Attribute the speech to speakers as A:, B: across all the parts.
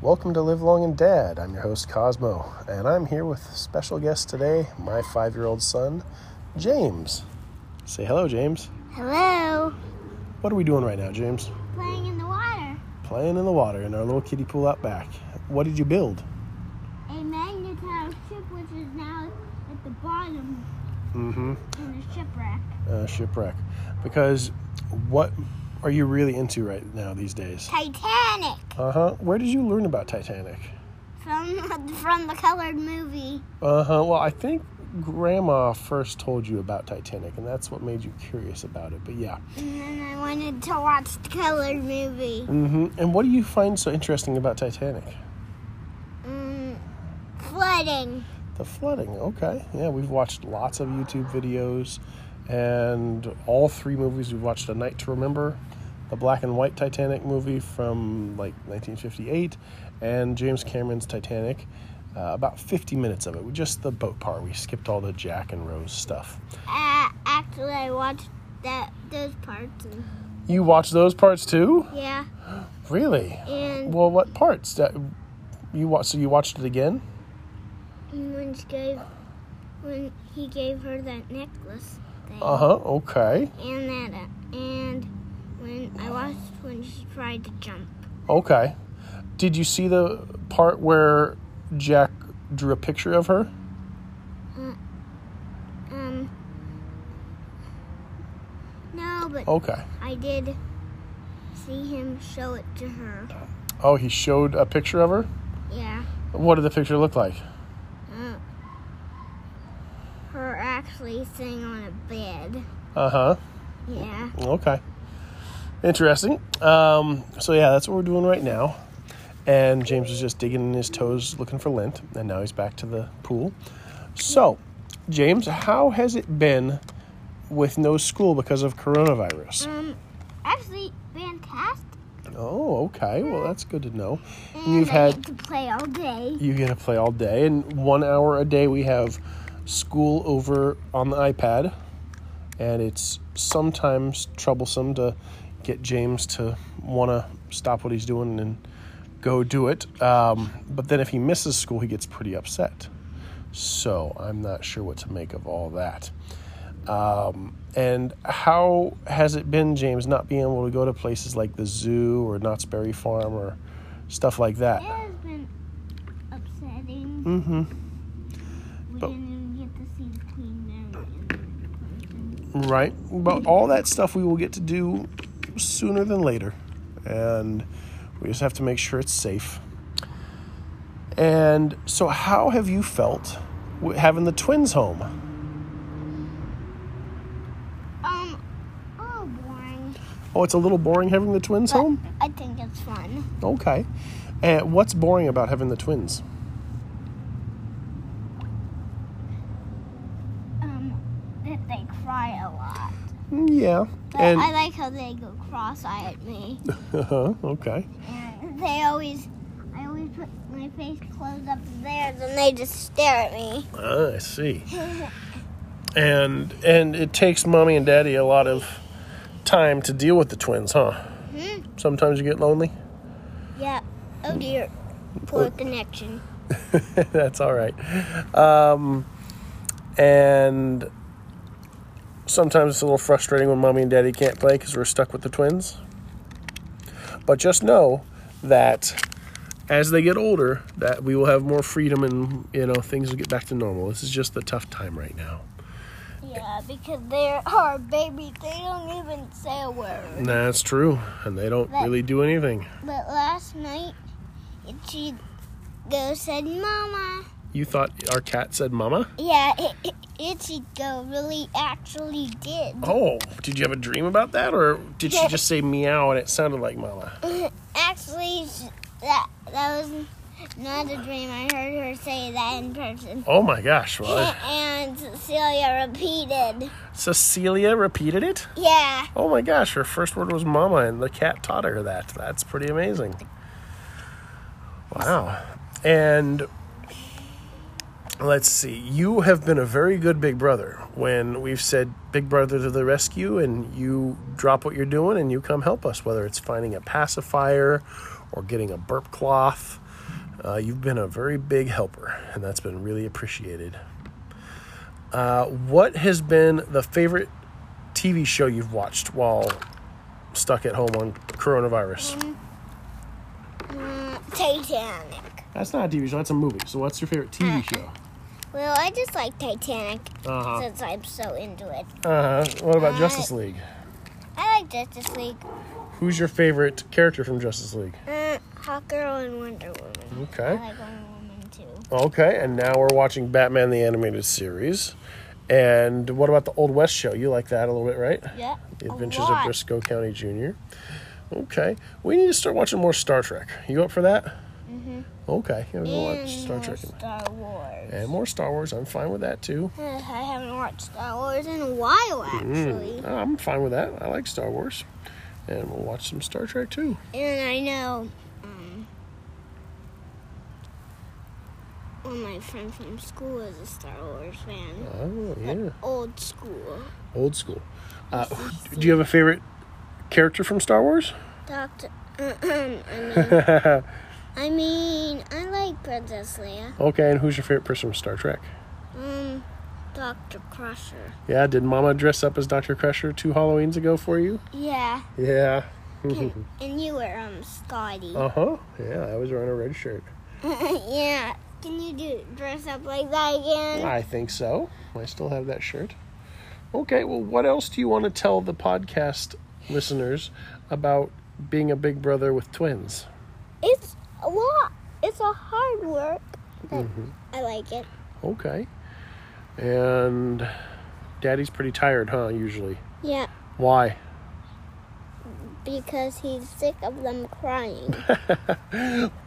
A: Welcome to Live Long and Dad. I'm your host, Cosmo, and I'm here with special guest today, my five year old son, James. Say hello, James.
B: Hello.
A: What are we doing right now, James?
B: Playing in the water.
A: Playing in the water in our little kiddie pool out back. What did you build?
B: A magnetized ship, which is now at the bottom
A: Mm hmm.
B: in a shipwreck.
A: Uh, shipwreck. Because what are you really into right now these days?
B: Titanic.
A: Uh huh. Where did you learn about Titanic?
B: From from the colored movie.
A: Uh huh. Well, I think Grandma first told you about Titanic, and that's what made you curious about it. But yeah.
B: And then I wanted to watch the colored movie.
A: hmm And what do you find so interesting about Titanic?
B: Mm, flooding.
A: The flooding. Okay. Yeah, we've watched lots of YouTube videos, and all three movies we've watched: A Night to Remember, the black and white Titanic movie from like 1958, and James Cameron's Titanic. Uh, about 50 minutes of it, just the boat part. We skipped all the Jack and Rose stuff.
B: Uh, actually, I watched that those parts. And,
A: You watched those parts too?
B: yeah.
A: Really?
B: And
A: Well, what parts? That you watched? So you watched it again?
B: when she gave when he gave her that necklace thing.
A: Uh huh. Okay.
B: And that, uh, and when I watched when she tried to jump.
A: Okay. Did you see the part where Jack drew a picture of her?
B: Uh, Um. No, but
A: Okay.
B: I did see him show it to her.
A: Oh, he showed a picture of her?
B: Yeah.
A: What did the picture look like?
B: Uh, her actually sitting on a bed.
A: Uh huh.
B: Yeah.
A: Okay. Interesting. Um, so, yeah, that's what we're doing right now. And James was just digging in his toes looking for lint, and now he's back to the pool. So, James, how has it been with no school because of coronavirus?
B: Um. Actually, fantastic.
A: Oh, okay. Well, that's good to know.
B: And
A: You've
B: I
A: had-
B: get to play all day.
A: you get to play all day and one hour a day we have school over on the ipad and it's sometimes troublesome to get james to want to stop what he's doing and go do it um, but then if he misses school he gets pretty upset so i'm not sure what to make of all that um, and how has it been james not being able to go to places like the zoo or knotts berry farm or stuff like that
B: It has been upsetting.
A: mm-hmm
B: We
A: But-
B: didn't even get to see the queen mary in person.
A: Right. But all that stuff we will get to do sooner than later. And we just have to make sure it's safe. And so, how have you felt w- having the twins home?
B: Um, oh, boring.
A: Oh, it's a little boring having the twins
B: But
A: home?
B: I think it's fun.
A: Okay. And what's boring about having the twins?
B: Um, that they cry a lot.
A: Mm, Yeah.
B: But
A: And, uh-huh,
B: I like how they go cross-eyed at me.
A: okay.
B: And they always, I always put my face close up to theirs, and they just stare at me.
A: Ah, I see. And and it takes mommy and daddy a lot of time to deal with the twins, huh?
B: Hmm?
A: Sometimes you get lonely.
B: Yeah. Oh dear. Poor connection.
A: That's all right. Um, and sometimes it's a little frustrating when mommy and daddy can't play because we're stuck with the twins. But just know that as they get older, that we will have more freedom and you know things will get back to normal. This is just the tough time right now.
B: Yeah, because they are babies. They don't even say a word.
A: That's true, and they don't really do anything.
B: But last night, it- she go said, "Mama."
A: You thought our cat said "mama"?
B: Yeah, it, it, Itchy go really actually did.
A: Oh, did you have a dream about that, or did she just say meow and it sounded like "mama"?
B: actually, sh- that that was not a dream. I heard her say that in person.
A: Oh my gosh! Well,
B: And Cecilia repeated,
A: Cecilia repeated it.
B: "Yeah,
A: Oh my gosh, her first word was mama, and the cat taught her that. That's pretty amazing. Wow. And let's see, you have been a very good big brother when we've said big brother to the rescue, and you drop what you're doing and you come help us, whether it's finding a pacifier or getting a burp cloth Uh, you've been a very big helper, and that's been really appreciated. Uh, what has been the favorite TV show you've watched while stuck at home on coronavirus?
B: Mm, Titanic.
A: That's not a TV show, that's a movie. So, what's your favorite TV show?
B: Well, I just like Titanic
A: Uh-huh.
B: since I'm so into it.
A: Uh, what about Justice League?
B: I like Justice League,
A: Who's your favorite character from Justice League?
B: uh, Hawk Girl, and Wonder Woman. I
A: Okay.
B: like Wonder Woman too.
A: Okay, and now we're watching Batman the Animated Series. And what about the Old West show? You like that a little bit, right?
B: Yeah.
A: The
B: a
A: Adventures of
B: lot.
A: Briscoe County Jr. Okay, we need to start watching more Star Trek. You up for that? Mm-hmm. Okay, yeah, we'll
B: And
A: watch Star
B: more
A: Trek
B: Star Wars.
A: and more Star Wars. I'm fine with that too.
B: Uh, I haven't watched Star Wars in a while,
A: Mm.
B: actually.
A: Uh, I'm fine with that. I like Star Wars, and we'll watch some Star Trek too.
B: And I know um, one of my friends from school is a Star Wars fan.
A: Oh yeah,
B: Old school.
A: old school. Uh, do you have a favorite character from Star Wars?
B: Doctor. I, mean, I mean, I like Princess Leia.
A: Okay, and who's your favorite person from Star Trek?
B: Um, Doctor Crusher.
A: Yeah, did Mama dress up as Dr. Crusher two Halloweens ago for you?
B: Yeah.
A: Yeah.
B: And, and you were um Scotty.
A: Uh huh. Yeah, I was wearing a red shirt.
B: yeah. Can you do dress up like that again?
A: I think so. I still have that shirt. Okay, well, what else do you want to tell the podcast listeners about being a big brother with twins?
B: It's a lot. It's a hard work, but I like it.
A: Okay. And daddy's pretty tired, huh, usually?
B: Yeah,
A: Why?
B: because he's sick of them crying.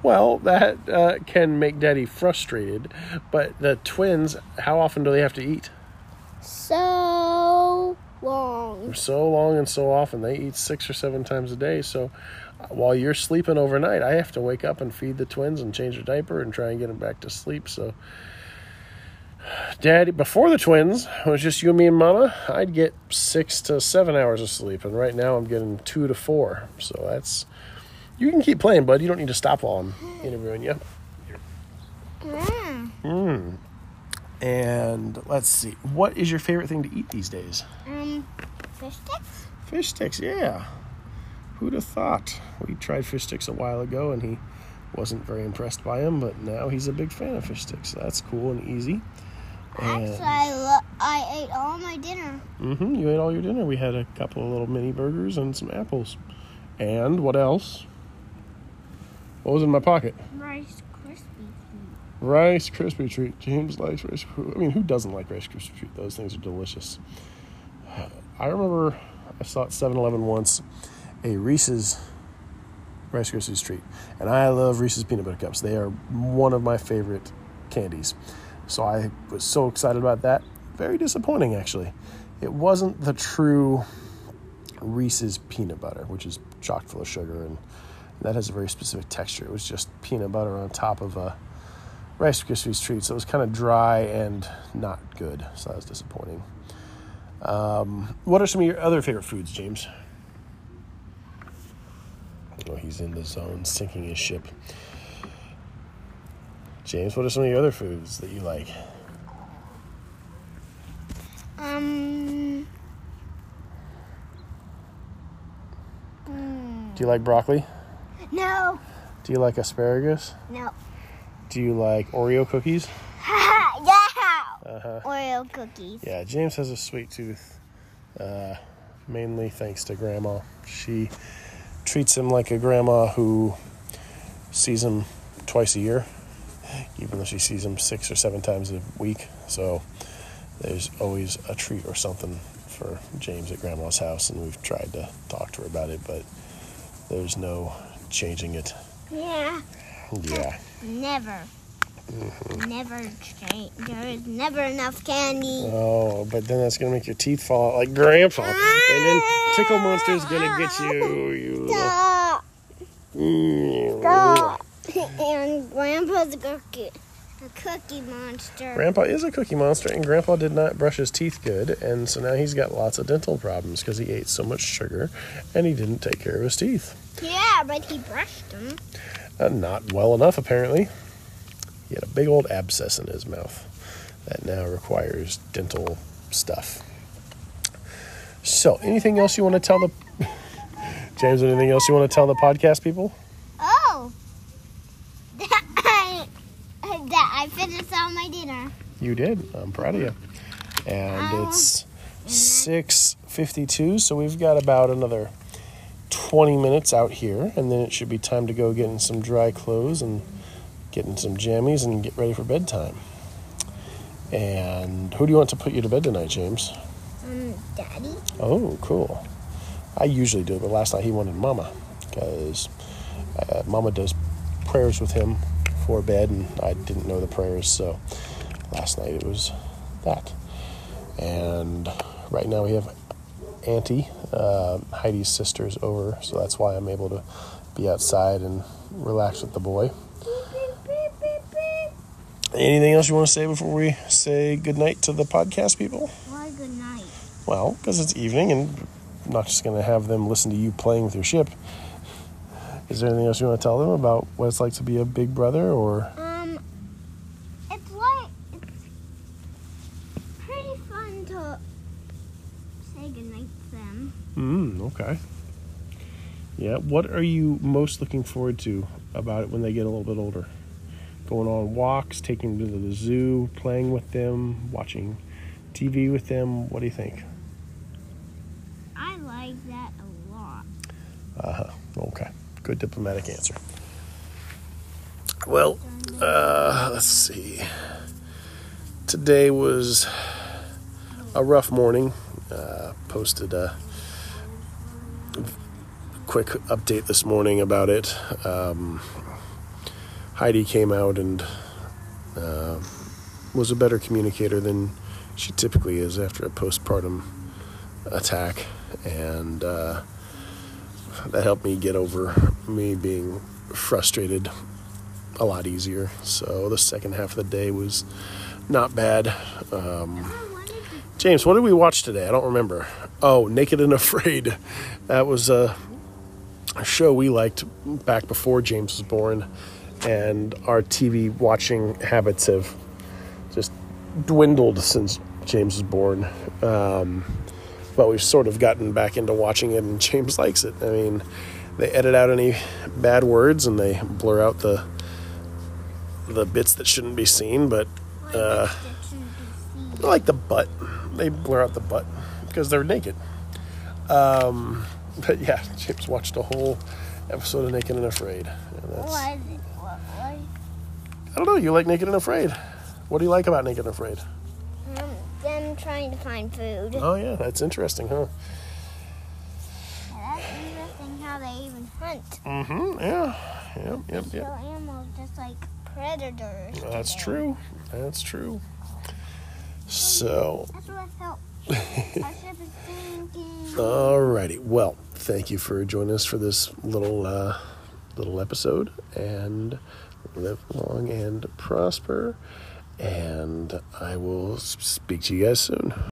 A: Well, that uh, can make daddy frustrated, but the twins, how often do they have to eat?
B: so long.
A: so long and so often. They eat six or seven times a day. So uh, while you're sleeping overnight, I have to wake up and feed the twins and change a diaper and try and get them back to sleep. So, Daddy, before the twins, it was just you, me, and Mama. I'd get six to seven hours of sleep, and right now I'm getting two to four. So that's you can keep playing, bud. You don't need to stop while I'm interviewing you.
B: Mm.
A: And let's see, what is your favorite thing to eat these days?
B: Um, fish sticks?
A: Fish sticks, yeah. Who'd have thought? We tried fish sticks a while ago and he wasn't very impressed by them, but now he's a big fan of fish sticks. So that's cool and easy.
B: Actually, I,
A: Oh.
B: lo- I ate all my dinner.
A: Mm-hmm. You ate all your dinner. We had a couple of little mini burgers and some apples. And what else? What was in my pocket?
B: Rice Krispies.
A: Rice Krispie treat. James likes Rice. Krispie- I mean, who doesn't like Rice Krispie treat? Those things are delicious. I remember I saw at 7-Eleven once a Reese's Rice Krispies treat, and I love Reese's peanut butter cups. They are one of my favorite candies. So I was so excited about that. Very disappointing, actually. It wasn't the true Reese's peanut butter, which is chock full of sugar, and that has a very specific texture. It was just peanut butter on top of a Rice Krispies treat, so it was kind of dry and not good. So that was disappointing. Um, what are some of your other favorite foods, James? Oh, he's in the zone, sinking his ship. James, what are some of your other foods that you like?
B: Um. Mm.
A: Do you like broccoli?
B: No,
A: Do you like asparagus?
B: no.
A: Do you like Oreo cookies?
B: yeah!
A: Uh huh.
B: Oreo cookies.
A: Yeah, James has a sweet tooth, uh, mainly thanks to Grandma. She treats him like a grandma who sees him twice a year, even though she sees him six or seven times a week. So there's always a treat or something for James at Grandma's house, and we've tried to talk to her about it, but there's no changing it.
B: Yeah.
A: Yeah.
B: Never.
A: Mm-hmm.
B: Never change. There is never enough candy.
A: Oh, but then that's gonna make your teeth fall out like Grandpa, and then Tickle Monster's gonna get you. You. little-
B: Stop.
A: Grandpa
B: Stop. and Grandpa's a cookie, a cookie monster.
A: is a cookie monster, and Grandpa did not brush his teeth good, and so now he's got lots of dental problems because he ate so much sugar and he didn't take care of his teeth.
B: yeah, but he brushed them.
A: Uh, not well enough, apparently. He had a big old abscess in his mouth that now requires dental stuff. So, anything else you want to tell the James? Anything else you want to tell the podcast people?
B: Oh! That I, that I finished all my dinner.
A: You did. I'm proud of you. And
B: Ow.
A: it's 6:52, so we've got about another 20 minutes out here, and then it should be time to go get in some dry clothes and get in some jammies and get ready for bedtime. And who do you want to put you to bed tonight, James?
B: Um, Daddy?
A: Oh, cool. I usually do it, but last night he wanted Mama because uh, Mama does prayers with him for bed, and I didn't know the prayers, so last night it was that. And right now we have Auntie, uh, Heidi's sister's over, so that's why I'm able to be outside and relax with the boy. Anything else you want to say before we say goodnight to the podcast people?
B: Why good night?
A: Well, because it's evening and I'm not just going to have them listen to you playing with your ship. Is there anything else you want to tell them about what it's like to be a big brother or
B: Um, it's like it's pretty fun to say goodnight to them.
A: Mm, okay. Yeah, what are you most looking forward to about it when they get a little bit older? Going on walks, taking them to the zoo, playing with them, watching TV with them. What do you think?
B: I like that a lot.
A: Uh huh. Okay. Good diplomatic answer. Well, uh, let's see. Today was a rough morning. Uh, posted a quick update this morning about it. Um, Heidi came out and uh, was a better communicator than she typically is after a postpartum attack, and. Uh, that helped me get over me being frustrated a lot easier. So the second half of the day was not bad. Um,
B: I wanted to
A: James, what did we watch today? I don't remember. Oh, Naked and Afraid. That was a, a show we liked back before James was born, and our TV watching habits have just dwindled since James was born. Um, but we've sort of gotten back into watching it, and James likes it. I mean, they edit out any bad words and they blur out the the bits that shouldn't be seen, but.
B: play
A: Uh,
B: Dixon
A: I like the butt. They blur out the butt because they're naked. Um, but yeah, James watched a whole episode of Naked and Afraid. And that's, I
B: Was it what was
A: don't know. You like Naked and Afraid. What do you like about Naked and Afraid?
B: um, them trying to find food?
A: Oh yeah, that's interesting, huh?
B: Yeah, that's interesting how they even hunt.
A: Mm-hmm. Yeah. Yep. Yep.
B: Kill
A: Yep.
B: animals just like predators.
A: That's
B: do.
A: true. That's true. So
B: That's what I felt. I should be thinking.
A: Alrighty. Well, thank you for joining us for this little uh, little episode, and live long and prosper. And I will s- speak to you guys soon.